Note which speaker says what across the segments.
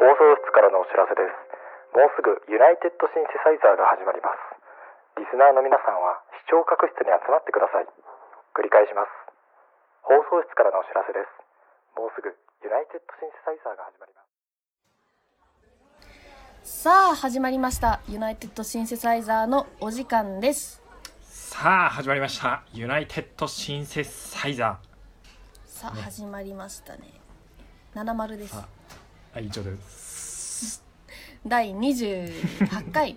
Speaker 1: 放送室からのお知らせですもうすぐユナイテッドシンセサイザーが始まりますリスナーの皆さんは視聴覚室に集まってください繰り返します放送室からのお知らせですもうすぐユナイテッドシンセサイザーが始まります
Speaker 2: さあ始まりましたユナイテッドシンセサイザーのお時間です
Speaker 3: さあ始まりましたユナイテッドシンセサイザ
Speaker 2: さあ、始まりましたね70です
Speaker 3: あーはい以上です
Speaker 2: 第28回
Speaker 3: い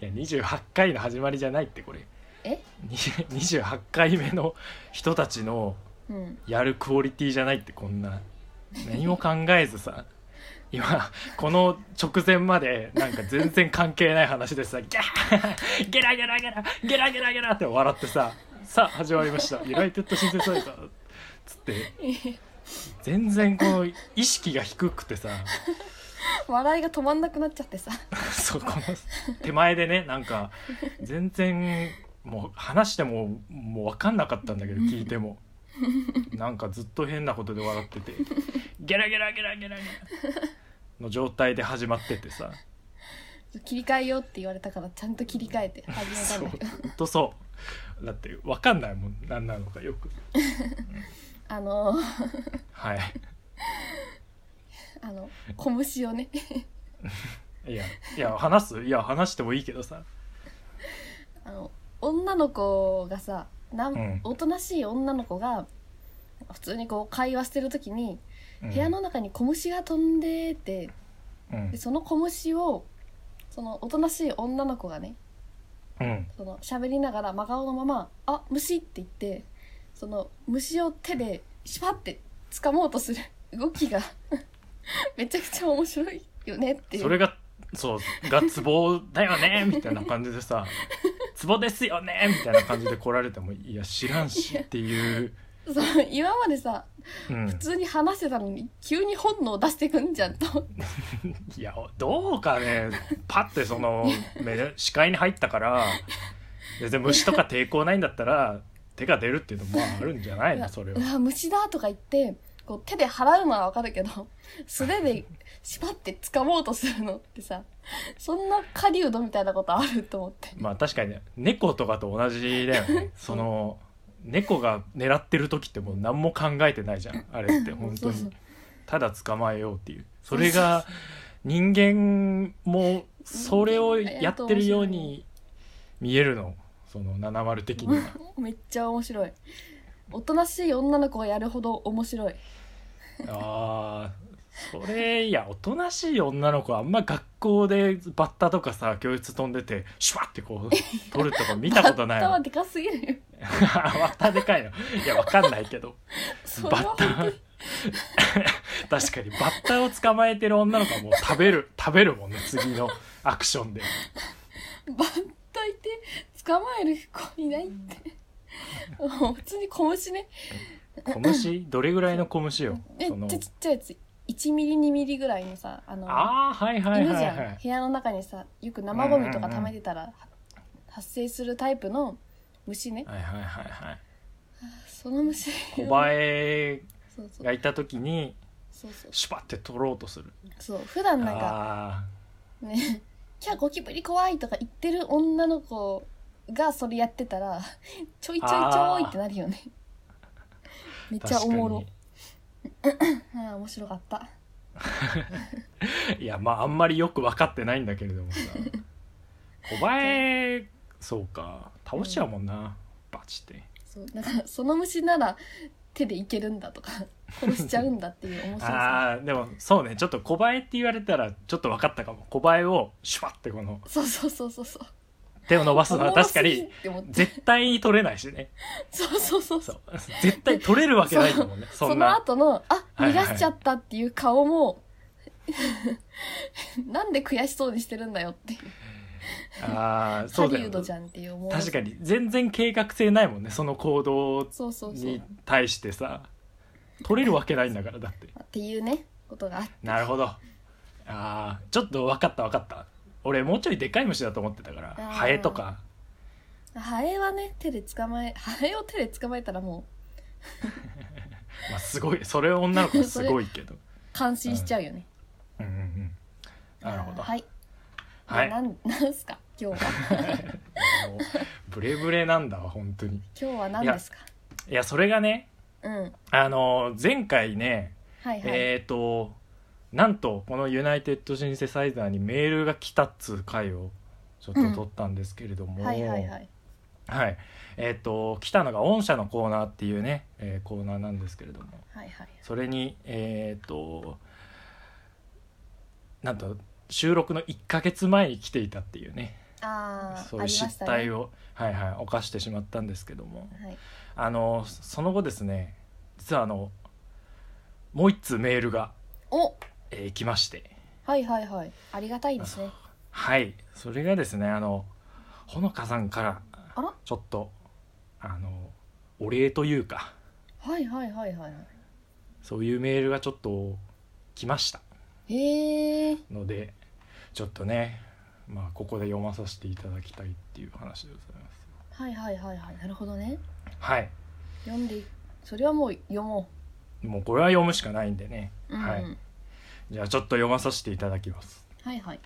Speaker 3: や28回の始まりじゃないってこれ
Speaker 2: え
Speaker 3: に28回目の人たちの
Speaker 2: うん
Speaker 3: やるクオリティじゃないってこんな何も考えずさ今この直前までなんか全然関係ない話でさギャーゲラゲラゲラゲラゲラゲラって笑ってささあ始まりましたユナイテッドシンセサイザーつって全然こう意識が低くてさ
Speaker 2: 笑いが止まんなくなっちゃってさ
Speaker 3: そうこの手前でねなんか全然もう話してももう分かんなかったんだけど聞いてもなんかずっと変なことで笑っててゲラゲラゲラゲラゲラの状態で始まっててさ
Speaker 2: 切り替えようって言われたからちゃんと切り替えて始めた
Speaker 3: そ
Speaker 2: ん
Speaker 3: う
Speaker 2: だけど
Speaker 3: ほんとそうだって分かんないもん何なのかよく
Speaker 2: あのー
Speaker 3: はい
Speaker 2: あの小虫をね
Speaker 3: いやいや話すいや話してもいいけどさ
Speaker 2: あの女の子がさなん、
Speaker 3: うん
Speaker 2: おとなしい女の子が普通にこう会話してる時に、
Speaker 3: うん
Speaker 2: 部屋の中に小虫が飛んでて
Speaker 3: うん
Speaker 2: でその小虫をそのおとなしい女の子がね
Speaker 3: うん
Speaker 2: その喋りながら真顔のまま「あ虫」って言ってその虫を手でシュパって掴もうとする動きが めちゃくちゃ面白いよねっていう
Speaker 3: それがそうがツボだよ ねみたいな感じでさ「ツボですよね」みたいな感じで来られても「いや知らんし」っ ていう、
Speaker 2: その今までさ
Speaker 3: うん
Speaker 2: 普、通に話してたのに急に本能出してくんじゃんと思って
Speaker 3: いやどうかねパッてその目視界に入った から全然虫とか抵抗ないんだったら手が出るっていうのもまああるんじゃないのそれは
Speaker 2: う。わ虫だとか言ってこう手で払うのはわかるけど素手でシュパって掴もうとするのってさそんな狩人みたいなことあると思って。
Speaker 3: まあ確かにね猫とかと同じだよね その猫が狙ってる時ってもう何も考えてないじゃんあれって本当
Speaker 2: そうそ
Speaker 3: に
Speaker 2: う
Speaker 3: ただ捕まえようっていうそれが人間もそれをやってるように見えるのその70 的には
Speaker 2: めっちゃ面白いおとなしい女の子がやるほど面白い
Speaker 3: あーそれいやおとなしい女の子あんま学校でバッタとかさ教室飛んでてシュワッてこう取るとか見たことない
Speaker 2: バッタは
Speaker 3: の
Speaker 2: でかすぎるよ
Speaker 3: バッタでかいのいやわかんないけど
Speaker 2: そ
Speaker 3: バ
Speaker 2: れは
Speaker 3: ッタ 確かにバッタを捕まえてる女の子はもう食 べる食べるもんね次のアクションで
Speaker 2: バッタいて捕まえる子いないってもう普通に拳ね
Speaker 3: 小虫どれぐらいの小虫よ
Speaker 2: え
Speaker 3: その
Speaker 2: ちっちゃいやつ1ミリ2ミリぐらいのさあの
Speaker 3: ああはいはい
Speaker 2: 犬
Speaker 3: は
Speaker 2: じ
Speaker 3: い
Speaker 2: ゃん、
Speaker 3: はい
Speaker 2: 部屋の中にさよく生ゴミとか溜めてたら、は発生するタイプの虫ね
Speaker 3: はいはいはいはい
Speaker 2: その虫
Speaker 3: 小バエ
Speaker 2: そうそう
Speaker 3: がいた時に
Speaker 2: そうそう
Speaker 3: シュパって取ろうとする
Speaker 2: そう普段なんか
Speaker 3: あ
Speaker 2: ね 「キャゴキブリ怖い」とか言ってる女の子がそれやってたら ちょいちょいちょいってなるよねめっ
Speaker 3: あ
Speaker 2: ちゃおもろ
Speaker 3: 確
Speaker 2: あー面白かった
Speaker 3: かにいやまああんまりよく分かってないんだけれ どもさ小バエそうか倒しちゃうもんな、バチって
Speaker 2: そうだからその虫なら手でいけるんだとか 殺しちゃうんだっていう面白さ
Speaker 3: あーでもそうねちょっと小映えって言われたらちょっと分かったかも小映えをシュワッてこの
Speaker 2: そうそうそうそうそう
Speaker 3: 手を伸ばすのは確か
Speaker 2: おもろすぎ
Speaker 3: に
Speaker 2: んって思っ て
Speaker 3: 絶対に取れないしね
Speaker 2: そうそうそうそ
Speaker 3: そう う絶対取れるわけないも んね
Speaker 2: そ
Speaker 3: そん
Speaker 2: の
Speaker 3: な
Speaker 2: 後の「あ
Speaker 3: はい
Speaker 2: 逃
Speaker 3: はい
Speaker 2: がしちゃった」っていう顔も なんで悔しそうにしてるんだよっていう
Speaker 3: あーそ
Speaker 2: ハ
Speaker 3: うだ
Speaker 2: リウッ
Speaker 3: よ
Speaker 2: ドじゃんっていう思い
Speaker 3: 確かに全然計画性ないもんねその行動
Speaker 2: そうそうそう
Speaker 3: に対してさ取れるわけないんだからだって
Speaker 2: っていうねことがあって
Speaker 3: なるほどああーちょっと分かった分かった俺もうちょいでかい虫だと思ってたから
Speaker 2: あー
Speaker 3: ハエとか
Speaker 2: ハエはね手で捕まえハエを手で捕まえたらも
Speaker 3: まあすごいそれは女の子はすごいけど
Speaker 2: う感心しちゃうよね、
Speaker 3: うんうんうんなるほど
Speaker 2: はい、
Speaker 3: はい
Speaker 2: なんなんすか今日は
Speaker 3: もうブレブレなんだわ本当に
Speaker 2: 今日は何ですか
Speaker 3: いやそれがね
Speaker 2: うんはい
Speaker 3: あの前回ね、
Speaker 2: はい、
Speaker 3: えっ、となんとこのユナイテッドシンセサイザーにメールが来たっつう回をちょっと撮ったんですけれども、
Speaker 2: はいはいはい
Speaker 3: はいえっ、と来たのが御社のコーナーっていうね、えーコーナーなんですけれども
Speaker 2: はいはい
Speaker 3: それにえっ、となんと収録の1ヶ月前に来ていたっていうね
Speaker 2: ああ
Speaker 3: そう
Speaker 2: あ
Speaker 3: い
Speaker 2: りま
Speaker 3: う失
Speaker 2: した
Speaker 3: 態
Speaker 2: ね
Speaker 3: を、はいはい犯してしまったんですけども
Speaker 2: はい
Speaker 3: あのその後ですね実はあのもう一通メールが、
Speaker 2: お
Speaker 3: えー来まして
Speaker 2: はいはいはいありがたいですね
Speaker 3: はいそれがですねあのほのかさんから
Speaker 2: あら
Speaker 3: ちょっとあのお礼というか
Speaker 2: はいはいはいはいは
Speaker 3: そういうメールがちょっと来ました
Speaker 2: いへえ
Speaker 3: のでちょっとねまあここで読まさせていただきたいっていう話でございます
Speaker 2: はいはいはいはいなるほどね
Speaker 3: はい
Speaker 2: 読んでいそれはもう読も
Speaker 3: もうこれは読むしかないんでね、
Speaker 2: う、うんうん、
Speaker 3: はいじゃあちょっと読まさせていただきます
Speaker 2: はいはい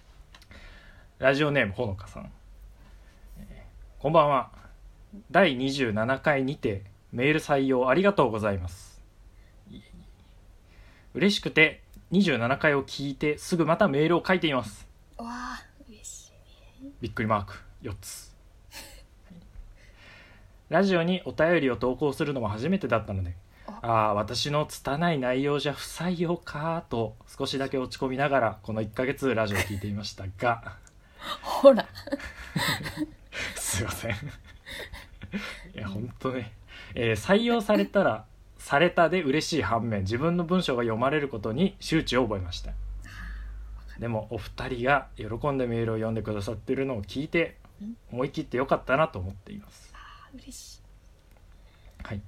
Speaker 3: ラジオネームほのかさん、えーこんばんは第27回にてメール採用ありがとうございますいえいえ嬉しくて27回を聞いてすぐまたメールを書いています
Speaker 2: わあ嬉しい
Speaker 3: びっくりマーク4つラジオにお便りを投稿するのも初めてだったので
Speaker 2: あ
Speaker 3: ああー私の拙い内容じゃ不採用かと少しだけ落ち込みながらこの1ヶ月ラジオを聞いていましたが
Speaker 2: ほら
Speaker 3: すいませんいや本当ね、えー採用されたらされたで嬉しい反面自分の文章が読まれることに周知を覚えましたでもお二人が喜んでメールを読んでくださってるのを聞いて思い切ってよかったなと思っています
Speaker 2: あ嬉しい
Speaker 3: はい、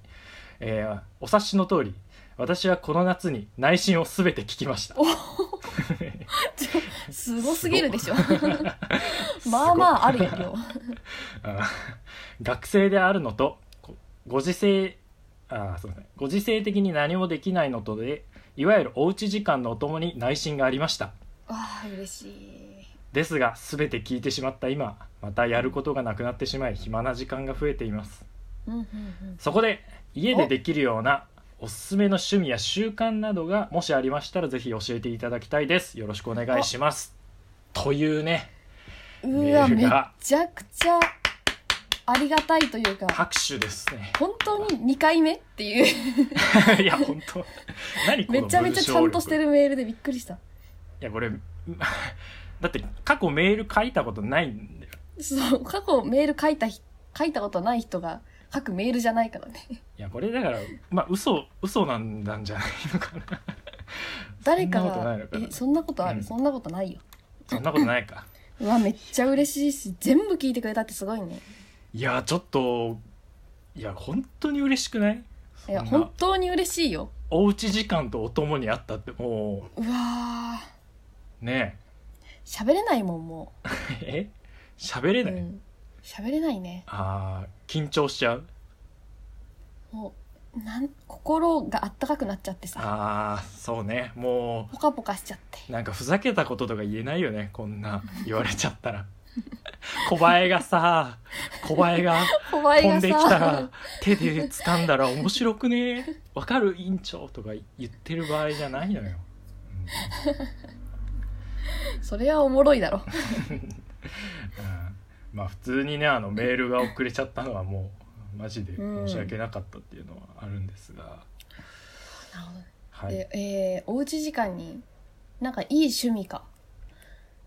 Speaker 3: えーお察しの通り私はこの夏に内心を全て聞きました
Speaker 2: すごすぎるでしょ
Speaker 3: すご
Speaker 2: まあまああるよ量
Speaker 3: あ学生であるのとこご時世あすみませんご時世的に何もできないのとでいわゆるおうち時間のお供に内心がありました
Speaker 2: ああ嬉しい
Speaker 3: ですが全て聞いてしまった今またやることがなくなってしまい暇な時間が増えています
Speaker 2: うんうんうん
Speaker 3: そこで家でできるようなおすすめの趣味や習慣などがもしありましたらぜひ教えていただきたいですよろしくお願いしますというね
Speaker 2: うわ
Speaker 3: メール
Speaker 2: め
Speaker 3: が
Speaker 2: ちゃくちゃありがたいというか
Speaker 3: 拍手です ね
Speaker 2: 本当に2回目って いう
Speaker 3: いや本当何この
Speaker 2: めちゃめちゃちゃんとしてるメールでびっくりした
Speaker 3: いやこれ だって過去メール書いたことないんだよ
Speaker 2: そう過去メール書いたひ書いたことない人が書くメールじゃないからね
Speaker 3: いやこれだからまあ嘘嘘なんなんじゃないのかな
Speaker 2: 誰か
Speaker 3: そんなことな
Speaker 2: が
Speaker 3: いのかな
Speaker 2: えそんなことある、
Speaker 3: うん
Speaker 2: そんなことないよ
Speaker 3: そんなことないか
Speaker 2: うわめっちゃ嬉しいし全部聞いてくれたってすごいね
Speaker 3: いやちょっといや本当に嬉しくない
Speaker 2: いや
Speaker 3: そんな
Speaker 2: 本当に嬉しいよ
Speaker 3: おうち時間とお供にあったっても
Speaker 2: うわ
Speaker 3: う
Speaker 2: ー
Speaker 3: ね
Speaker 2: 喋れないもんも
Speaker 3: ええ 喋れ
Speaker 2: う
Speaker 3: な
Speaker 2: う
Speaker 3: い、
Speaker 2: ん喋れないね
Speaker 3: あー緊張しちゃう
Speaker 2: もうなん心があったかくなっちゃってさ
Speaker 3: あーそうねも
Speaker 2: ポカポカしちゃって
Speaker 3: うなんかふざけたこととか言えないよねこんな言われちゃったら 小林がさ小林が
Speaker 2: お前
Speaker 3: 飛ん
Speaker 2: が
Speaker 3: できた
Speaker 2: さ
Speaker 3: ら手で掴んだら面白くねわかる委員長とか言ってる場合じゃないのよ、
Speaker 2: それはおもろいだろ
Speaker 3: うんうんまあ普通にねあのメールが遅れちゃったのはもうマジで申し訳なかったっていうのはあるんですが、
Speaker 2: なるほど
Speaker 3: はい、
Speaker 2: でえーおうち時間になんかいい趣味か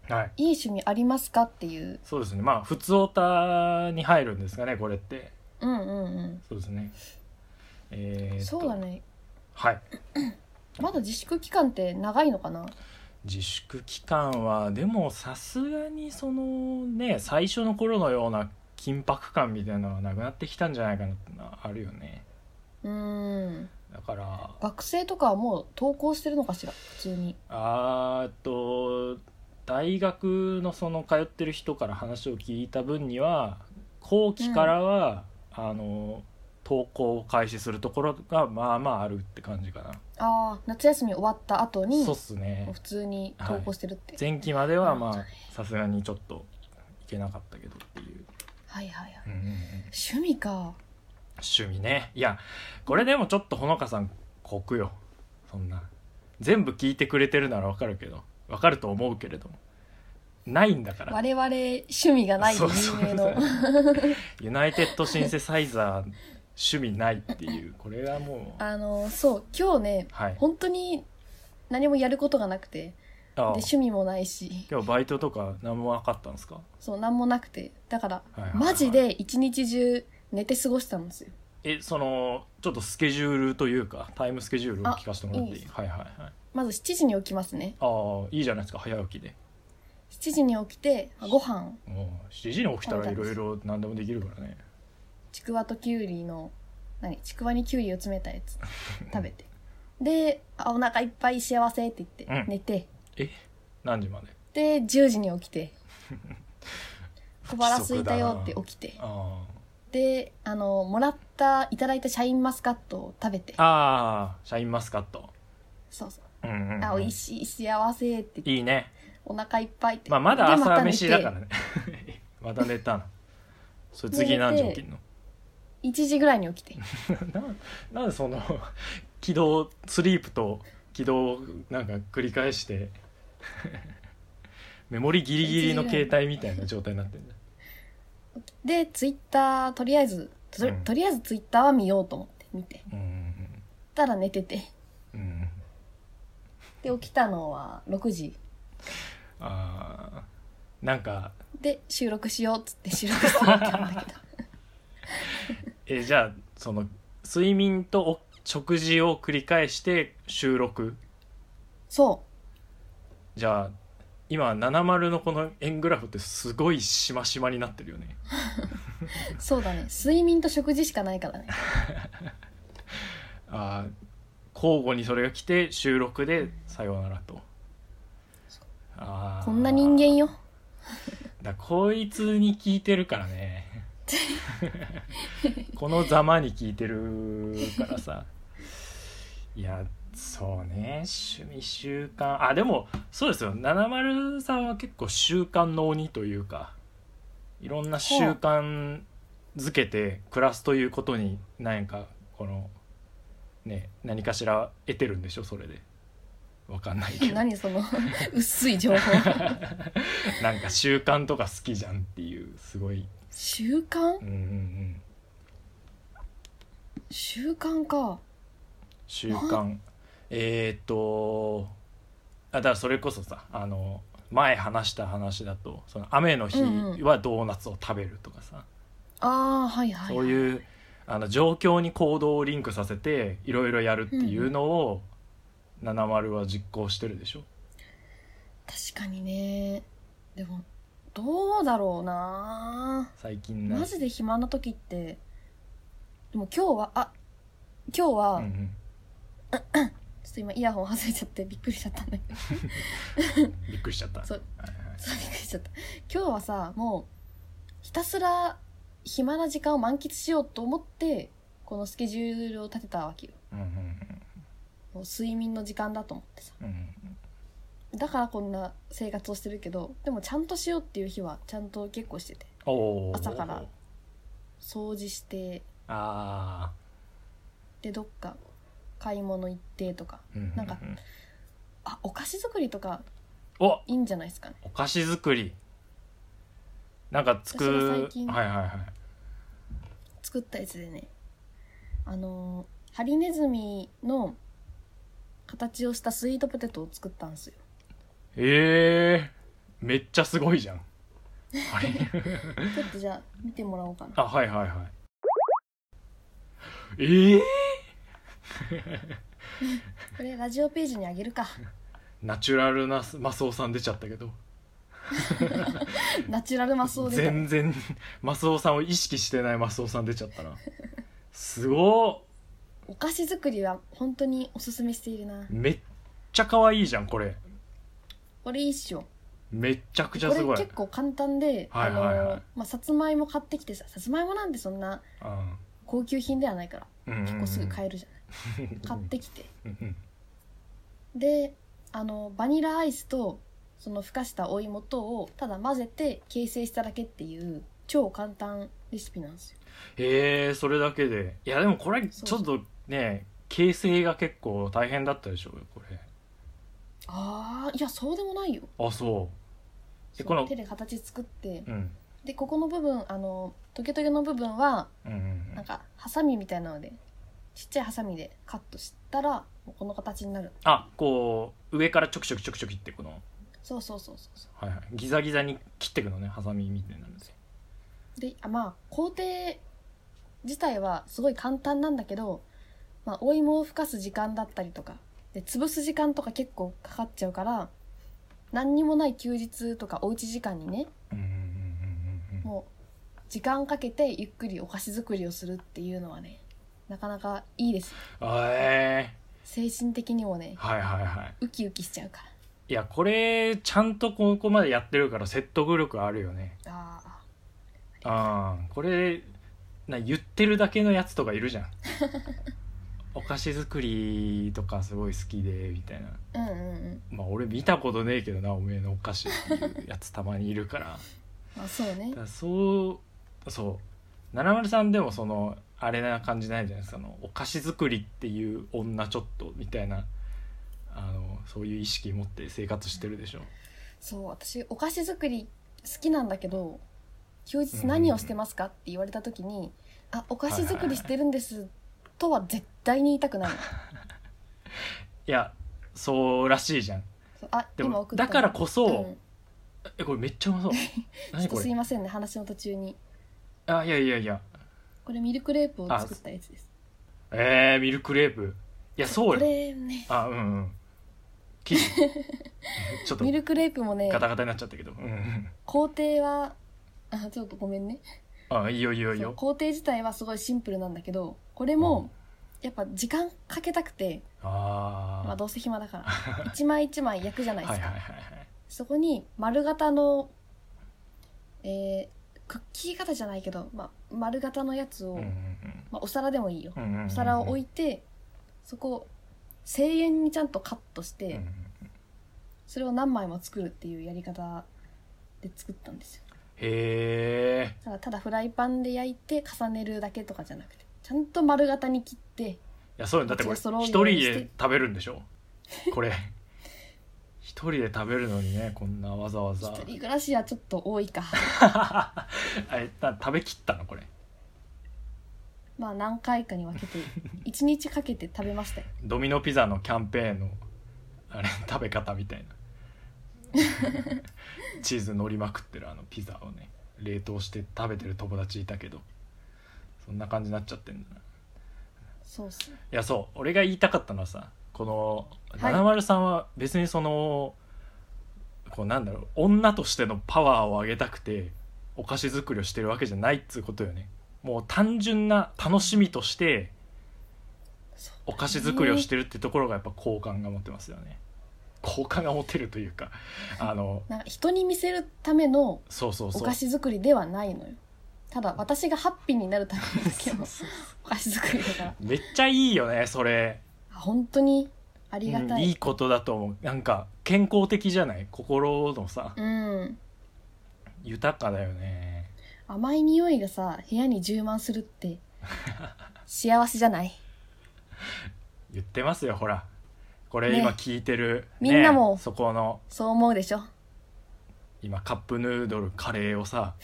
Speaker 3: はい、
Speaker 2: いい趣味ありますかっていう
Speaker 3: そうですねまあ普通オタに入るんですかねこれって
Speaker 2: うんうん
Speaker 3: そうですねえ
Speaker 2: う
Speaker 3: ーっ
Speaker 2: ん
Speaker 3: と
Speaker 2: そうだね
Speaker 3: はい
Speaker 2: まだ自粛期間って長いのかな
Speaker 3: 自粛期間はでもさすがにそのね最初の頃のような緊迫感みたいなのはなくなってきたんじゃないかなってのはあるよね
Speaker 2: うーん
Speaker 3: だから
Speaker 2: 学生とかはもう登校してるのかしら普通に
Speaker 3: あーっと大学のその通ってる人から話を聞いた分には後期からは、あの投稿を開始するところがまあまああるって感じかな、
Speaker 2: ああ夏休み終わった後に
Speaker 3: そうっすね
Speaker 2: 普通に投稿してるって、
Speaker 3: 前期までは
Speaker 2: う
Speaker 3: ま
Speaker 2: ん
Speaker 3: あさすがにちょっといけなかったけどっていう、
Speaker 2: はい、はいはい
Speaker 3: うんうんうん
Speaker 2: 趣味か
Speaker 3: 趣味ねいやこれでもちょっとほのかさんこくよそんな全部聞いてくれてるならわかるけどわかると思うけれどもないんだから
Speaker 2: 我々趣味がないで
Speaker 3: そう
Speaker 2: 有
Speaker 3: そう
Speaker 2: 名の
Speaker 3: そう ユナイテッドシンセサイザー趣味ないっていうこれはもう
Speaker 2: あのそう今日ね
Speaker 3: はい
Speaker 2: 本当に何もやることがなくて
Speaker 3: あ
Speaker 2: で
Speaker 3: あ
Speaker 2: 趣味もないし
Speaker 3: 今日バイトとか何もなかったんですか
Speaker 2: そう何もなくてだから
Speaker 3: はいはいはい
Speaker 2: マジで一日中寝て過ごしたんですよ
Speaker 3: えそのちょっとスケジュールというかタイムスケジュールを聞かせてもらっていい
Speaker 2: あいいです
Speaker 3: はいはいはい
Speaker 2: まず7時に起きますね
Speaker 3: ああいいじゃないですか早起きで
Speaker 2: 7時に起きてご飯
Speaker 3: もう7時に起きたらいろいろ何でもできるからね
Speaker 2: ちくわときゅうりの何ちくわにきゅうりを詰めたや つ食べてであお腹いっぱい幸せって言
Speaker 3: う
Speaker 2: っ
Speaker 3: ん
Speaker 2: て寝て、
Speaker 3: え何時まで
Speaker 2: で10時に起きて小腹空いたよって起きて
Speaker 3: あ
Speaker 2: であのもらったいただいたシャインマスカットを食べて
Speaker 3: あああシャインマスカット
Speaker 2: そうそう
Speaker 3: うんうん、うん、
Speaker 2: あ美味しい幸せって
Speaker 3: いいね
Speaker 2: お腹いっぱいって、
Speaker 3: まあまだ
Speaker 2: で
Speaker 3: 朝
Speaker 2: た寝て
Speaker 3: 飯だからね また寝たのそれ次何時起きんの
Speaker 2: 1時ぐらいに起き て
Speaker 3: ななんでその 起動スリープと起動なんか繰り返して メモリギリギリの携帯みたいな状態になってるんだ
Speaker 2: でツイッターとりあえずと,、
Speaker 3: うん
Speaker 2: とりあえずツイッターは見ようと思って見て
Speaker 3: うん
Speaker 2: たら寝てて
Speaker 3: うんうん
Speaker 2: で起きたのは6時
Speaker 3: あーなんか
Speaker 2: で収録しようっつって収録してたんだ けど
Speaker 3: えじゃあその睡眠とお食事を繰り返して収録
Speaker 2: そ
Speaker 3: じゃあ今70のこの円グラフってすごいしましまになってるよね
Speaker 2: うそうだね睡眠と食事しかないからね
Speaker 3: あー交互にそれが来て収録でさようならとあー
Speaker 2: こんな人間よ
Speaker 3: だこいつに聞いてるから ねこのざまに聞いてるからさいやそうね趣味習慣あでもそうですよ70さんは結構習慣の鬼というかいろんな習慣づけて暮らすということに何かこのね何かしら得てるんでしょそれでわかん ないけど
Speaker 2: 何その薄い情報
Speaker 3: なんか習慣とか好きじゃんっていうすごい
Speaker 2: 習慣
Speaker 3: うんうんうん
Speaker 2: 習慣か
Speaker 3: 習慣えーっとあだからそれこそさあの前話した話だとその雨の日
Speaker 2: うんうん
Speaker 3: はドーナツを食べるとかさ、
Speaker 2: ああはいはい、
Speaker 3: そう
Speaker 2: う
Speaker 3: いうあの状況に行動をリンクさせていろいろやるっていうのを、70は実行してるでしょ
Speaker 2: 確かにねでもどうだろうな
Speaker 3: 最近な
Speaker 2: マジで暇な時ってでも今日はあ今日は、
Speaker 3: うんうん
Speaker 2: ちょっと今イヤホン外れちゃってびっくりしちゃったんだけど
Speaker 3: びっくりしちゃった
Speaker 2: そう
Speaker 3: はいはい
Speaker 2: そうびっくりしちゃった今日はさもうひたすら暇な時間を満喫しようと思ってこのスケジュールを立てたわけよ
Speaker 3: うんうん
Speaker 2: もう睡眠の時間だと思ってさ
Speaker 3: うんうん
Speaker 2: だからこんな生活をしてるけどでもちゃんとしようっていう日はちゃんと結構してて
Speaker 3: おー
Speaker 2: 朝から掃除して
Speaker 3: あ
Speaker 2: でどっか買い物行ってとか
Speaker 3: ーうんうんうん
Speaker 2: なんかあお菓子作りとか
Speaker 3: お
Speaker 2: いいんじゃないですかね
Speaker 3: お菓子作りなんか作
Speaker 2: 私が最近
Speaker 3: はいはいはい
Speaker 2: 作ったやつでねあのーハリネズミの形をしたスイートポテトを作ったんですよ
Speaker 3: えー、めっちゃすごいじゃんあれ
Speaker 2: ちょっとじゃあ見てもらおうかな
Speaker 3: あはいはいはいえー、
Speaker 2: これラジオページにあげるか
Speaker 3: ナチュラルなマスオさん出ちゃったけど
Speaker 2: ナチュラルマスオで
Speaker 3: 全然マスオさんを意識してないマスオさん出ちゃったなすご
Speaker 2: お菓子作りは本当におすすめしているな
Speaker 3: ーめっちゃ可愛いじゃんこれ
Speaker 2: これいいっしょ
Speaker 3: めっちゃくちゃ
Speaker 2: こ
Speaker 3: す
Speaker 2: れ
Speaker 3: ごい
Speaker 2: 結構簡単で
Speaker 3: は
Speaker 2: あ
Speaker 3: いはいはい
Speaker 2: のーまあさつまいも買ってきてささつまいもなんてそんな
Speaker 3: うん
Speaker 2: 高級品ではないから
Speaker 3: 結
Speaker 2: 結構すぐ買
Speaker 3: え
Speaker 2: えるじゃない買ってきて
Speaker 3: うん
Speaker 2: であのバニラアイスとそのふかしたお芋とをただ混ぜて形成しただけっていう超簡単レシピなんですよ
Speaker 3: へえそれだけでいやでもこれちょっとね形成が結構大変だったでしょうよこれ
Speaker 2: あーいやそうでもないよ
Speaker 3: あそえ
Speaker 2: そう
Speaker 3: この
Speaker 2: 手で形作って
Speaker 3: ううん
Speaker 2: でここの部分あのトゲトゲの部分は
Speaker 3: うんうんう
Speaker 2: なん
Speaker 3: ん
Speaker 2: かハサミみたいなのでちっちゃいハサミでカットしたらもうこの形になる
Speaker 3: あこう上からちょくちょくちょくちょくってこの、
Speaker 2: そうそうそうそうそ
Speaker 3: はいはい、ギザギザに切っていくのねハサミみたいになるんですよ
Speaker 2: うであまあ工程自体はすごい簡単なんだけど、まあ、お芋をふかす時間だったりとかで潰す時間とか結構かかっちゃうから何にもない休日とかおうち時間にね
Speaker 3: うんうんうんうんうん
Speaker 2: もう時間かけてゆっくりお菓子作りをするっていうのはねなかなかいいです
Speaker 3: あえ
Speaker 2: 精神的にもね
Speaker 3: ー、はいはいはい
Speaker 2: ウキウキしちゃうから
Speaker 3: いやこれちゃんとここまでやってるから説得力あるよね
Speaker 2: ああ
Speaker 3: ああこれな言ってるだけのやつとかい るじゃんお菓子作りとかすごい好きでみたい
Speaker 2: う
Speaker 3: な
Speaker 2: んうんうん
Speaker 3: まあ俺見たことねえけどなおめえのお菓子っていうやつたまにいるからだか
Speaker 2: まあそうね
Speaker 3: らそうそう七丸さんでもそのあれな感じないじゃないですかそのお菓子作りっていう女ちょっとみたいなあのそういう意識持って生活してるでしょ
Speaker 2: そう私お菓子作り好きなんだけど休日何をしてますかって言われた時に「あお菓子作りしてるんです」とは絶対に言いた くないの
Speaker 3: いやそうらしいじゃん
Speaker 2: そうあ
Speaker 3: で
Speaker 2: 今
Speaker 3: も
Speaker 2: 送った
Speaker 3: だからこそ、
Speaker 2: ん、
Speaker 3: えこれめっちゃうまそう
Speaker 2: ちょ
Speaker 3: 何
Speaker 2: っと
Speaker 3: こ
Speaker 2: す
Speaker 3: れ
Speaker 2: いませんね話の途中に
Speaker 3: あいやいやいや
Speaker 2: これミルクレープを作ったやつです
Speaker 3: えー、ミルクレープいやそ
Speaker 2: こ
Speaker 3: うよ
Speaker 2: れね
Speaker 3: あうんうん生 地ちょっと
Speaker 2: ミルクレープもね
Speaker 3: ガタガタになっちゃったけどうんうん
Speaker 2: 工程はあちょっとごめんね
Speaker 3: あいいよいいよいい
Speaker 2: そう
Speaker 3: よ
Speaker 2: 工程自体はすごいシンプルなんだけどこれもやっぱ時間かけたくて
Speaker 3: あー、
Speaker 2: まあどうせ暇だから 一枚一枚焼くじゃないで
Speaker 3: は
Speaker 2: す
Speaker 3: い
Speaker 2: か
Speaker 3: はいはいはい
Speaker 2: そこに丸型の、えークッキー型じゃないけど、まあ、丸型のやつを、
Speaker 3: うん
Speaker 2: まあ、お皿でもいいよ、
Speaker 3: うんうんうんうん
Speaker 2: お皿を置
Speaker 3: い
Speaker 2: いてそこを声円にちゃんとカットして、
Speaker 3: うんうん
Speaker 2: それを何枚も作るっていうやり方で作ったんですよ
Speaker 3: へえ
Speaker 2: だからただフライパンで焼いて重ねるだけとかじゃなくてちゃんと丸型に切って
Speaker 3: いやそうよだってこれ
Speaker 2: こっちが揃うよう
Speaker 3: 一
Speaker 2: に
Speaker 3: 人
Speaker 2: して
Speaker 3: で食べるんで しょこれ一人で食べるのにねこんなわざわ
Speaker 2: 一
Speaker 3: ざ
Speaker 2: 人暮らしはちょっと多いか
Speaker 3: あれな食べきったのこれ
Speaker 2: まあ何回かに分け て1日かけて食べましたよ
Speaker 3: ドミノピザのキャンペーンのあれ食べ方みたいな チーズ乗りまくってるあのピザをね冷凍して食べてる友達いたけどそんな感じになっちゃってんだない
Speaker 2: そうっすね
Speaker 3: やそう俺が言いたかったのはさこの
Speaker 2: はい
Speaker 3: 七丸さんは別にその、こうなんだろう女としてのパワーを上げたくてお菓子作りをしてるわけじゃないっつうことよねもう単純な楽しみとして
Speaker 2: そう
Speaker 3: お菓子作りをしてるってところがやっぱ好感が持てますよね好感が持てるというかあの
Speaker 2: なんか人に見せるための
Speaker 3: そうそうそ
Speaker 2: お
Speaker 3: う
Speaker 2: 菓子作りではないのよただ私がハッピーになるためだけのお菓子作りだから
Speaker 3: めっちゃいいよねそれ
Speaker 2: あ本当にありが
Speaker 3: う
Speaker 2: た
Speaker 3: んい
Speaker 2: い
Speaker 3: いことだと思うなんか健康的じゃない心のさ
Speaker 2: うん、
Speaker 3: 豊かだよね
Speaker 2: 甘い匂いがさ部屋に充満するって幸せじゃない
Speaker 3: 言ってますよほらこれ
Speaker 2: ね
Speaker 3: 今聞いてる、
Speaker 2: みんなも
Speaker 3: そこの
Speaker 2: そう思うでしょ
Speaker 3: 今カップヌードルカレーを さ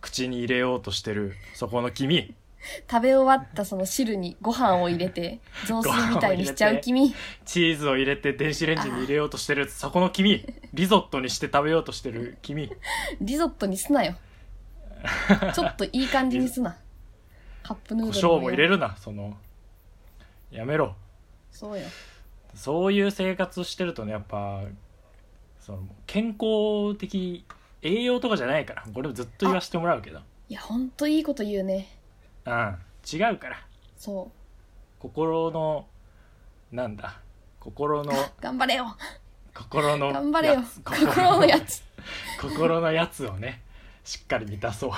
Speaker 3: 口に入れようとしてるそこの君
Speaker 2: 食べ終わったその汁にご飯を入れ て雑炊みたいにしちゃう君
Speaker 3: チーズを入れて電子レンジに入れようとしてるそこの君リゾットにして食べようとしてる君
Speaker 2: リゾットにすなよちょっといい感じにすなカップヌード
Speaker 3: 胡
Speaker 2: ル
Speaker 3: 椒も入れ
Speaker 2: る
Speaker 3: るなそのやめろ
Speaker 2: そうよ
Speaker 3: そういう生活してるとねやっぱその健康的栄養とかじゃないからこれもずっと言わせてもらうけど
Speaker 2: いやほんといいこと言うね
Speaker 3: うん違うから
Speaker 2: そ
Speaker 3: 心のなんだ心の
Speaker 2: う頑張れよ
Speaker 3: 心の
Speaker 2: 頑張れよ
Speaker 3: やつ
Speaker 2: 心のやつ
Speaker 3: 心のやつをねしっかり満たそう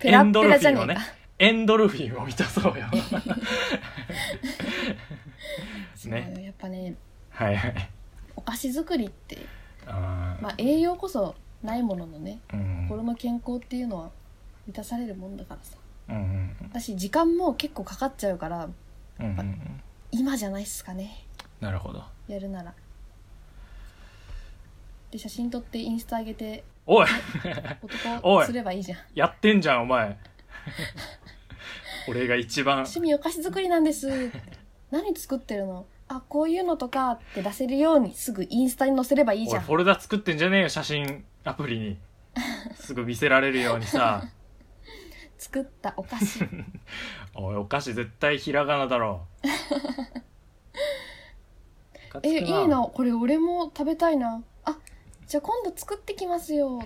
Speaker 2: ペラッペラじゃねえか
Speaker 3: エンドルフィンをねエンドルフィンを満たそうよ
Speaker 2: そうなのよやっぱね
Speaker 3: はいはい
Speaker 2: お菓子作りって、
Speaker 3: あー、
Speaker 2: まあ、栄養こそないもののね
Speaker 3: うん
Speaker 2: 心の健康っていうのは満たされるもんだからさ
Speaker 3: うんうん
Speaker 2: 私時間も結構かかっちゃうから
Speaker 3: うんうんうん
Speaker 2: 今じゃないっすかね
Speaker 3: なるほど
Speaker 2: やるならで写真撮ってインスタ上げて
Speaker 3: おい お
Speaker 2: 男
Speaker 3: い
Speaker 2: すればいいじゃん
Speaker 3: やってんじゃんお前 俺が一番
Speaker 2: 趣味お菓子作りなんですって何作ってるのあこういうのとかって出せるようにすぐインスタに載せればいいじ
Speaker 3: おい
Speaker 2: ゃん
Speaker 3: フォルダ作ってんじゃねえよ写真アプリにすぐ見せられるよう にさ
Speaker 2: 作ったお菓子
Speaker 3: おいお菓子絶対ひらがなだろムカつく
Speaker 2: えいいなこれ俺も食べたいなあじゃあ今度作ってきます よ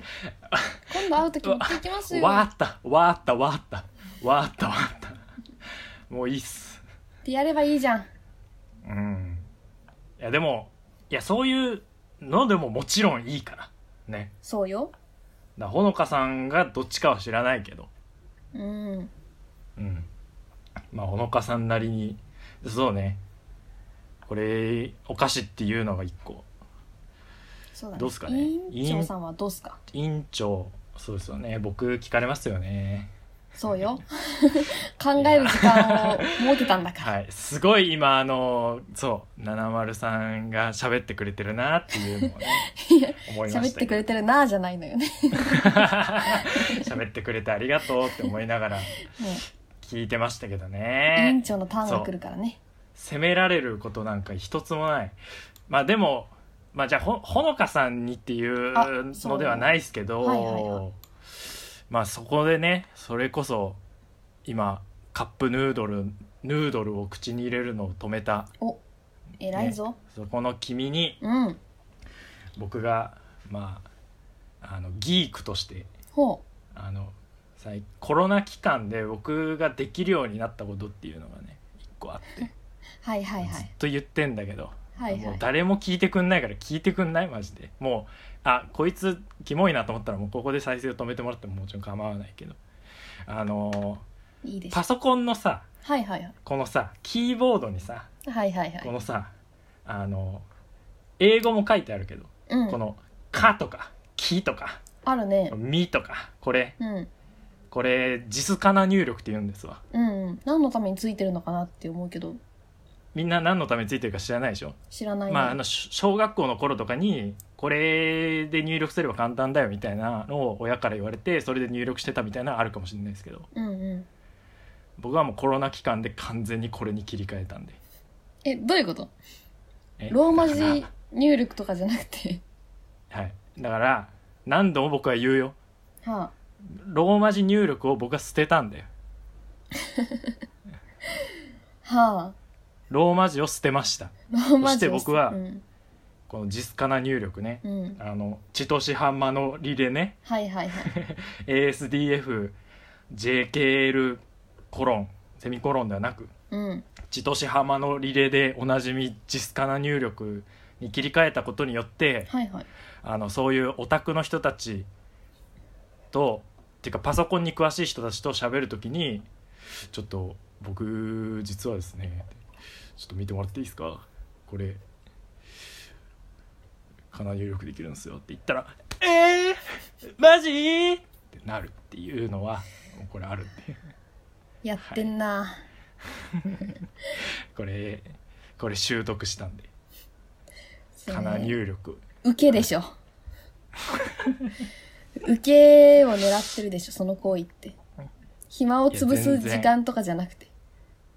Speaker 2: 今度会う時持ってきますよ
Speaker 3: わー
Speaker 2: っ
Speaker 3: ったわーったわーったわーったわーったもういいっす
Speaker 2: てやればいいじゃん
Speaker 3: うんいやでもいやそういうのでももちろんいいからね
Speaker 2: そうよ
Speaker 3: だからほのかさんがどっちかは知らないけど
Speaker 2: うん
Speaker 3: うんまあほのかさんなりにそうねこれお菓子っていうのが一個
Speaker 2: そうだね
Speaker 3: どうっすかね
Speaker 2: 委員長さんはどうっすか
Speaker 3: 院長そうですよね僕聞かれますよね
Speaker 2: そう よ考える時間を設けたんだから、
Speaker 3: はいすごい今あのそう七丸さんが喋ってくれてるなっていうのをね
Speaker 2: いや
Speaker 3: 思いま
Speaker 2: 喋っ
Speaker 3: した
Speaker 2: て
Speaker 3: け
Speaker 2: く
Speaker 3: ど
Speaker 2: れてるなあじゃないのよね
Speaker 3: 喋ってくれてありがとうって思いながら
Speaker 2: もう
Speaker 3: 聞いてましたけど
Speaker 2: 委員
Speaker 3: ね
Speaker 2: 長のターンが来るからね
Speaker 3: 責められることなんか一つもないまあでもまあじゃあほほのかさんにっていう
Speaker 2: あそう
Speaker 3: のではないですけど、
Speaker 2: はいはいは
Speaker 3: まあそこでねそれこそ今カップヌードルヌードルを口に入れるのを止めた
Speaker 2: 偉いぞ、
Speaker 3: そこの君に
Speaker 2: うん
Speaker 3: 僕がまああのギークとして
Speaker 2: ほ
Speaker 3: あの最コロナ期間で僕ができるようになったことっていうのがね一個あって、
Speaker 2: うはいはいは
Speaker 3: ずっ
Speaker 2: い
Speaker 3: と言ってんだけど、
Speaker 2: はい
Speaker 3: も
Speaker 2: は
Speaker 3: う
Speaker 2: い
Speaker 3: 誰も聞いてくんないから聞いてくんないマジでもうあこいつキモいなと思ったらもうここで再生を止めてもらってももちろん構わないけどあの
Speaker 2: いいで
Speaker 3: ー
Speaker 2: す
Speaker 3: パソコンのさ
Speaker 2: はいはいはい
Speaker 3: このさキーボードにさ
Speaker 2: はいはいは
Speaker 3: こ
Speaker 2: い
Speaker 3: のさあの英語も書いてあるけど、
Speaker 2: うん
Speaker 3: この「か」とか「き」とか
Speaker 2: あるね
Speaker 3: 「み」とかこれ
Speaker 2: うん
Speaker 3: これ実かな入力って言うんですわ
Speaker 2: うんうん何のためについてるのかなって思うけど
Speaker 3: みんな何のためについてるか知らないでしょ、
Speaker 2: 知らないね
Speaker 3: まあ、あのし小学校の頃とかにこれで入力すれば簡単だよみたいなのを親から言われてそれで入力してたみたいなのあるかもしれないですけど
Speaker 2: うんうん
Speaker 3: 僕はもうコロナ期間で完全にこれに切り替えたんで
Speaker 2: えどういうこと
Speaker 3: え
Speaker 2: ローマ
Speaker 3: だ
Speaker 2: 字入力とかじゃなくて
Speaker 3: からはいだから何度も僕は言うよ
Speaker 2: はあ
Speaker 3: ローマ字入力を僕は捨てたんだよ
Speaker 2: はあ
Speaker 3: ローマ字を捨てました
Speaker 2: ローマ字を
Speaker 3: そして僕は
Speaker 2: うん、
Speaker 3: この実かな入力ね
Speaker 2: うん、
Speaker 3: あの千歳浜のリレーね
Speaker 2: はいはいはい
Speaker 3: ASDFJKL コロンセミコロンではなく
Speaker 2: うん
Speaker 3: 千歳浜のリレーでおなじみジスカナ入力に切り替えたことによって
Speaker 2: はいはい
Speaker 3: あのそういうオタクの人たちとっていうかパソコンに詳しい人たちと喋るときにちょっと僕実はですねちょっと見てもらっていいですかこれかな入力できるんですよって言ったら「えー、マジ?」ってなるっていうのはもうこれあるんで
Speaker 2: やってんな、
Speaker 3: これこれ習得したんで
Speaker 2: それ
Speaker 3: かな入力
Speaker 2: 受けでしょ 受けを狙ってるでしょその行為って暇を潰
Speaker 3: い
Speaker 2: す
Speaker 3: や全然
Speaker 2: 時間とかじゃなくて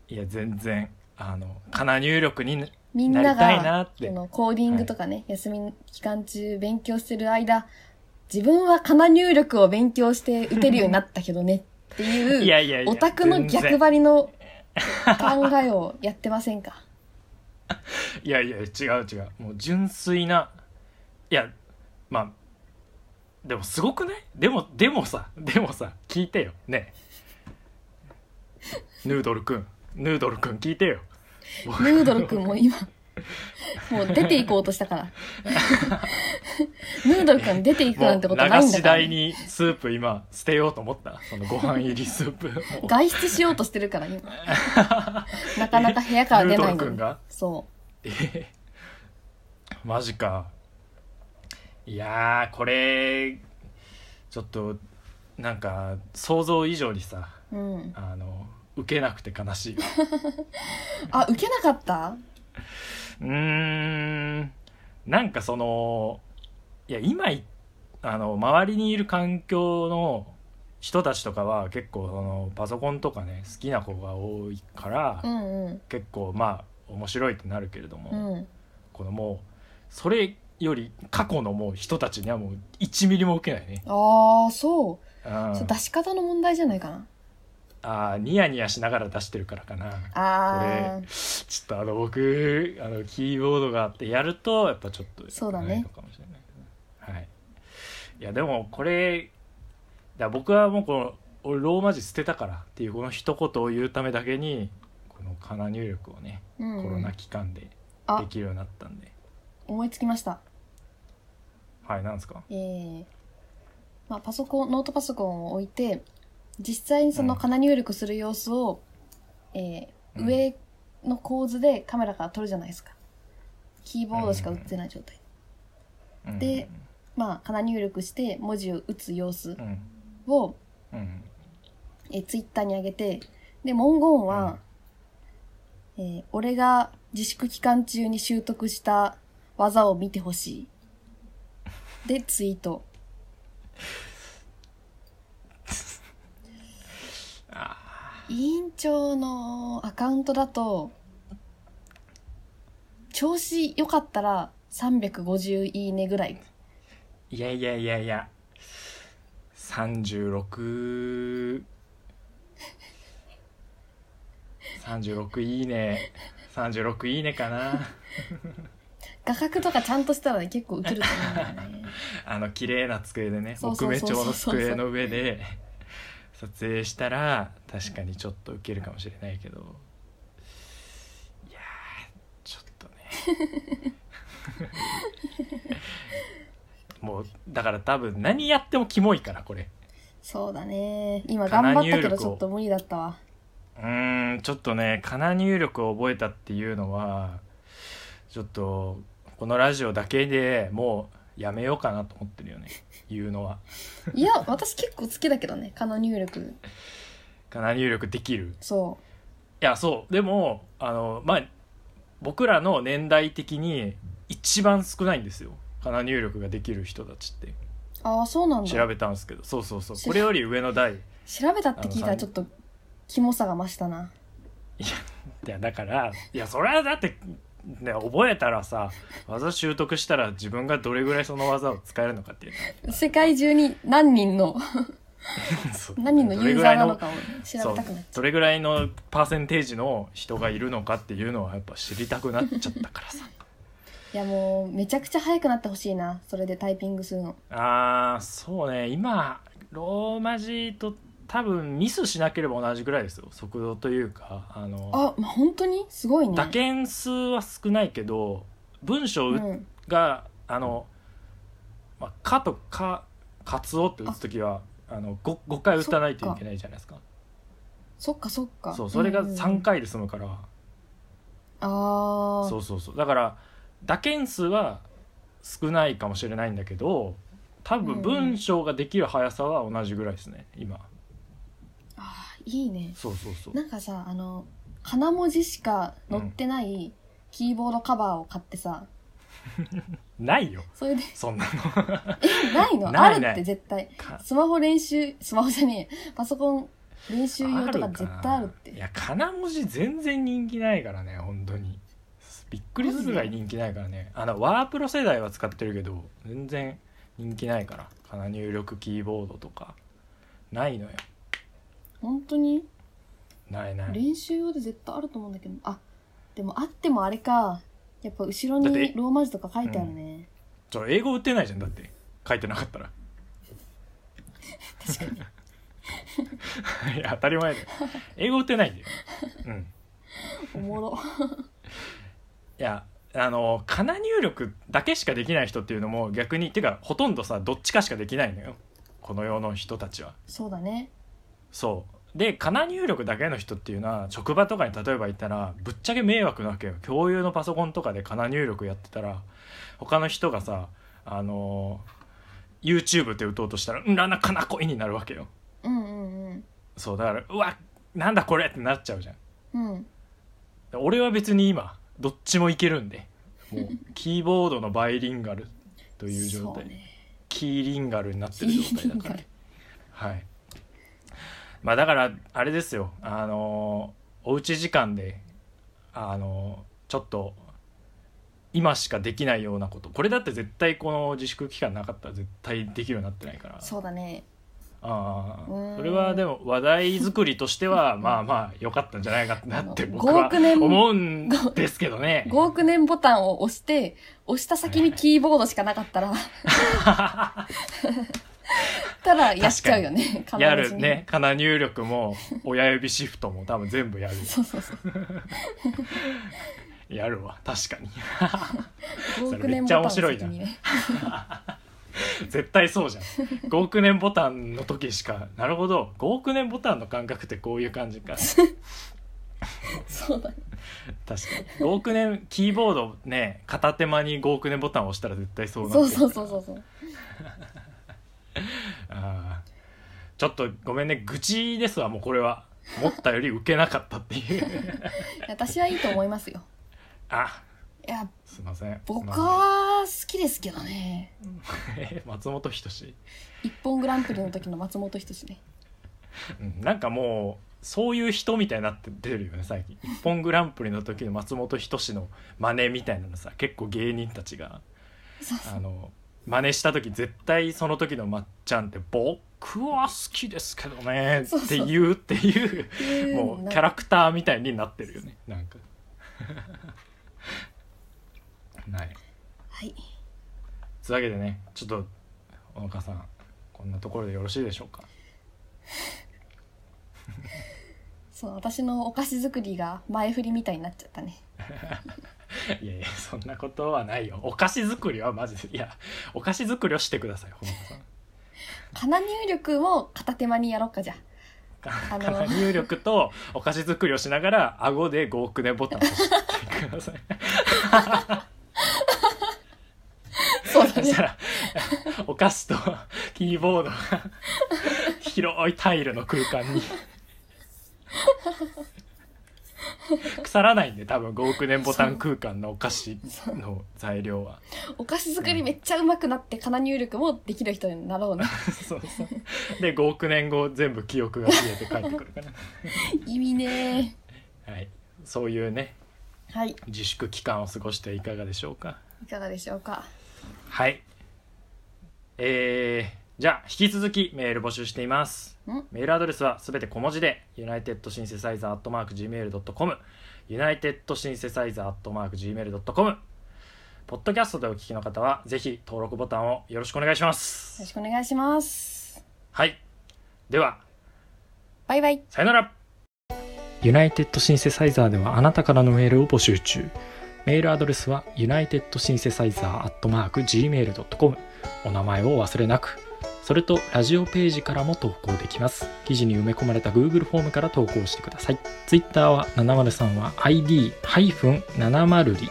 Speaker 3: いや全然あのかな入力に
Speaker 2: みんな
Speaker 3: なりたいな
Speaker 2: が
Speaker 3: って
Speaker 2: このコーディングとかね、休み期間中勉強してる間自分はかな入力を勉強して打てるようになったけど ねっていう
Speaker 3: いやいやいや
Speaker 2: オタクの逆張りの考えをやってませんか
Speaker 3: いやいや違う違うもう純粋ないやまあでもすごくないでもでもさでもさ聞いてよねえヌードルくんヌードルくん聞いてよ
Speaker 2: ヌードルくんも今もう出ていこうとしたから。 ヌードル君出ていくなんてことない
Speaker 3: 流
Speaker 2: んだ
Speaker 3: し
Speaker 2: から。
Speaker 3: 台にスープ今捨てようと思ったそのご飯入りスープ
Speaker 2: 外出しようとしてるから、今。なかなか部屋から出ない
Speaker 3: ヌード
Speaker 2: の
Speaker 3: ル君
Speaker 2: に
Speaker 3: が。
Speaker 2: そ
Speaker 3: えーマジかいやーこれちょっとなんか想像以上にさ
Speaker 2: う。うん。
Speaker 3: あの受けなくて悲しいわ
Speaker 2: あ、受けなかった
Speaker 3: うーんなんかそのいや今いあの周りにいる環境の人たちとかは結構そのパソコンとかね好きな子が多いから、
Speaker 2: うんうん。
Speaker 3: 結構まあ面白いってなるけれども、
Speaker 2: うん。
Speaker 3: このもうそれより過去のもう人たちにはもう1ミリも受けないね、
Speaker 2: ああ、そう。
Speaker 3: うん、
Speaker 2: そう
Speaker 3: あ
Speaker 2: 出し方の問題じゃないかな。
Speaker 3: ーニヤニヤしながら出してるからかな
Speaker 2: ああ
Speaker 3: これ、ちょっとあの僕あのキーボードがあってやるとやっぱちょっと
Speaker 2: そうだね
Speaker 3: ないのかもしれないけどはいいやでもこれだ僕はもうこの俺ローマ字捨てたからっていうこの一言を言うためだけにこのカナ入力をね、
Speaker 2: うんうん
Speaker 3: コロナ期間でで
Speaker 2: あ
Speaker 3: きるようになったんで
Speaker 2: 思いつきました。
Speaker 3: はいなんですか
Speaker 2: えーまあ、パソコン、ノートパソコンを置いて、実際にその
Speaker 3: うん
Speaker 2: かな入力する様子を、えー
Speaker 3: うん
Speaker 2: 上の構図でカメラから撮るじゃないですか。キーボードしか打ってない状態。
Speaker 3: うん
Speaker 2: でまあ、かな入力して文字を打つ様子
Speaker 3: うん
Speaker 2: を、
Speaker 3: うん
Speaker 2: えー、ツイッターに上げて、で、文言は、えー俺が自粛期間中に習得した技を見てほしい。で、ツイート。委員長のアカウントだと、調子良かったら350いいねぐらい。
Speaker 3: いやいやいやいや3636いいね36いいねかな
Speaker 2: 画角とかちゃんとしたらね、結構受けると思うんだよね。あ
Speaker 3: あの綺麗な机でね
Speaker 2: そう
Speaker 3: 木
Speaker 2: そう
Speaker 3: 目
Speaker 2: そうそう
Speaker 3: 調の机の上で撮影したら確かにちょっとウケるかもしれないけどいやーちょっとね もうだから多分何やってもキモいからこれ
Speaker 2: そうだね。今頑張ったけ
Speaker 3: 棚入
Speaker 2: ど
Speaker 3: 力を
Speaker 2: ちょっと無理だ ったわ。
Speaker 3: うーんちょっとねかな入力を覚えたっていうのはちょっとこのラジオだけでもうやめようかなと思ってるよね言うのはい
Speaker 2: や、私結構好きだけどね、カナ入力。
Speaker 3: かな入力できる
Speaker 2: そ
Speaker 3: いやそうでもあのまあ僕らの年代的に一番少ないんですよかな入力ができる人たちって
Speaker 2: う。ああ、そうなんだ。
Speaker 3: 調べたんですけどそうそうそうこれより上の代い
Speaker 2: 調べたって聞いた
Speaker 3: あ
Speaker 2: ら
Speaker 3: の
Speaker 2: ちょっと、キモさが増したな。
Speaker 3: やだからいやそれはだって、ね、覚えたらさ技習得したら自分がどれぐらいその技を使えるのかっていう
Speaker 2: 世界中に何人の、
Speaker 3: そう
Speaker 2: 何人のユーザーなのかを調
Speaker 3: そ
Speaker 2: べ
Speaker 3: う
Speaker 2: たくなっちゃ
Speaker 3: どれぐらいのパーセンテージの人がいるのかっていうのはやっぱ知りたくなっちゃっ たからさ
Speaker 2: う。いや、もう、めちゃくちゃ早くなってほしいな。それでタイピングするの。
Speaker 3: あーそうね今ローマ字と多分ミスしなければ同じぐらいですよ速度というかあの
Speaker 2: あ、まあ、本当にすごいね。
Speaker 3: 打鍵数は少ないけど文章
Speaker 2: うん。
Speaker 3: が、あの「まあ、か」と「か」「かつお」って打つ時はあの 5, 5回打たないといけないじゃないですか
Speaker 2: そっかそっか。
Speaker 3: そうそれが
Speaker 2: んんん
Speaker 3: 3。回で済むから。
Speaker 2: ああ。
Speaker 3: そうそうそうだから打鍵数は少ないかもしれないんだけど
Speaker 2: う
Speaker 3: 多
Speaker 2: んう
Speaker 3: 分
Speaker 2: ん
Speaker 3: 文章ができる速さは同じぐらいですね今
Speaker 2: あーいいね。
Speaker 3: そうそうそう
Speaker 2: なんかさ、あの、花文字しか載ってないキーボードカバーを買ってさ、
Speaker 3: ないよ
Speaker 2: それ で、
Speaker 3: そんな
Speaker 2: え、ないの
Speaker 3: ないない
Speaker 2: あるって絶対。
Speaker 3: か
Speaker 2: スマホ練習、スマホじゃねえ、パソコン練習用と
Speaker 3: な
Speaker 2: か絶対あるっ
Speaker 3: い
Speaker 2: て。
Speaker 3: やかな文字全然人気ないからね本当にびっくりするぐらい人気ないからねあのワープロ世代は使ってるけど全然人気ないからかな入力キーボードとかないのよ
Speaker 2: 本当に
Speaker 3: ないない
Speaker 2: 練習用で絶対あると思うんだけど、あ、でもあってもあれか。やっぱ後ろ
Speaker 3: だって
Speaker 2: にローマ字とか書いてあるね。
Speaker 3: ちょ英語打てないじゃんだって書いてなかったら
Speaker 2: 確かに。
Speaker 3: いや当たり前だよ 英語打てないんだようん
Speaker 2: おもろ。
Speaker 3: いやあのかな入力だけしかできない人っていうのも逆にてかほとんどさどっちかしかできないのよこの世の人たちは
Speaker 2: そうだね
Speaker 3: そうでかな入力だけの人っていうのは職場とかに例えば行ったらぶっちゃけ迷惑なわけよ共有のパソコンとかでかな入力やってたら他の人がさあの YouTube って打とうとしたら「んらなかなこい」になるわけよ
Speaker 2: うんうん
Speaker 3: そうだから「うわなんだこれ!」ってなっちゃうじゃん
Speaker 2: うんうん
Speaker 3: 俺は別に今どっちもいけるんで もうキーボードのバイリンガルという状
Speaker 2: そう
Speaker 3: 態、
Speaker 2: ね
Speaker 3: キーリンガルになってる状態だから
Speaker 2: キーリンガル
Speaker 3: はいまあだからあれですよあのーおうち時間であのーちょっと今しかできないようなことこれだって絶対この自粛期間なかったら絶対できるようになってないから
Speaker 2: そうだね
Speaker 3: あ
Speaker 2: うー
Speaker 3: あ
Speaker 2: ん
Speaker 3: それはでも話題作りとしてはまあまあ良かったんじゃないかなって
Speaker 2: あの
Speaker 3: 僕は
Speaker 2: 5億年
Speaker 3: 思うんですけどね
Speaker 2: 5億年ボタンを押して押した先にキーボードしかなかったら ただやっちゃうよね必ず
Speaker 3: やるねかな入力も親指シフトも多分全部やる
Speaker 2: そうそうそう
Speaker 3: やるわ確かに
Speaker 2: 5
Speaker 3: そ
Speaker 2: 億年
Speaker 3: れめっ
Speaker 2: ボ
Speaker 3: ちゃ
Speaker 2: タン
Speaker 3: 面
Speaker 2: の
Speaker 3: 白い
Speaker 2: 先
Speaker 3: な
Speaker 2: にね
Speaker 3: 絶対そ うじゃん5億年ボタンの時しかなるほど5億年ボタンの感覚ってこういう感じか
Speaker 2: そうだね
Speaker 3: 確かに5億年キーボードね片手間に5億年ボタンを押したら絶対そうなって
Speaker 2: そ
Speaker 3: る
Speaker 2: うそうそうそうそう
Speaker 3: あーちょっとごめんね愚痴ですわもうこれは思ったより受けなかったっていう
Speaker 2: 私はいいと思いますよ
Speaker 3: あ
Speaker 2: いや
Speaker 3: すいません
Speaker 2: 僕
Speaker 3: なん
Speaker 2: は好きですけどね
Speaker 3: で松本人志、
Speaker 2: 一本グランプリの時の松本人志ね
Speaker 3: うん、なんかもうそういう人みたいになって出てるよね最近「一本グランプリ」の時の松本人志の真似みたいなのさ結構芸人たちが
Speaker 2: そうそう
Speaker 3: あの真似した時絶対その時のまっちゃんって「僕は好きですけどね」
Speaker 2: そう
Speaker 3: って
Speaker 2: そう
Speaker 3: 言うっていうもうキャラクターみたいになってるよねなんか ない
Speaker 2: はい
Speaker 3: つうわけでねちょっと小野川さんこんなところでよろしいでしょうか
Speaker 2: そう私のお菓子作りが前振りみたいになっちゃったね
Speaker 3: いやいやそんなことはないよお菓子作りはマジでいやお菓子作りをしてください小野
Speaker 2: かな入力も片手間にやろうかじゃ
Speaker 3: 川
Speaker 2: あの
Speaker 3: さんから入力とお菓子作りをしながら顎で5億年ボタンを押してください
Speaker 2: あそうだ
Speaker 3: そし
Speaker 2: ね
Speaker 3: たら お菓子とキーボードが 広いタイルの空間に 腐らないんで多分5億年ボタン空間のお菓子の材料は
Speaker 2: お菓子作りめっちゃうまくなってかな入力もできる人になろうね
Speaker 3: そうそうで5億年後全部記憶が消えて帰ってくるか
Speaker 2: 意味ね
Speaker 3: ら、はい、そういうね
Speaker 2: はい
Speaker 3: 自粛期間を過ごしていかがでしょうか
Speaker 2: いかがでしょうか
Speaker 3: はいえー、じゃあ引き続きメール募集しています
Speaker 2: ん
Speaker 3: メールアドレスはすべて小文字で unitedsynthesizer.gmail.com unitedsynthesizer.gmail.com ポッドキャストでお聞きの方はぜひ登録ボタンをよろしくお願いしま
Speaker 2: よろ
Speaker 3: す
Speaker 2: しくお願いします
Speaker 3: はいでは
Speaker 2: バイバイ
Speaker 3: さよならユナイテッドシンセサイザーではあなたからのメールを募集中メールアドレスは unitedsynthesizer.gmail.com お名前をお忘れなくそれとラジオページからも投稿できます記事に埋め込まれた Google フォームから投稿してください Twitter は703は ID-702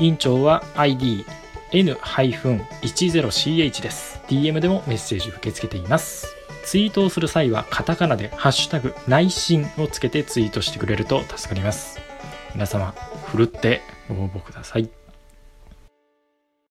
Speaker 3: 委員長は ID N-10CH です DM でもメッセージ受け付けていますツイートをする際はカタカナで「ハッシュタグ内心」をつけてツイートしてくれると助かります皆様ふるってご応募ください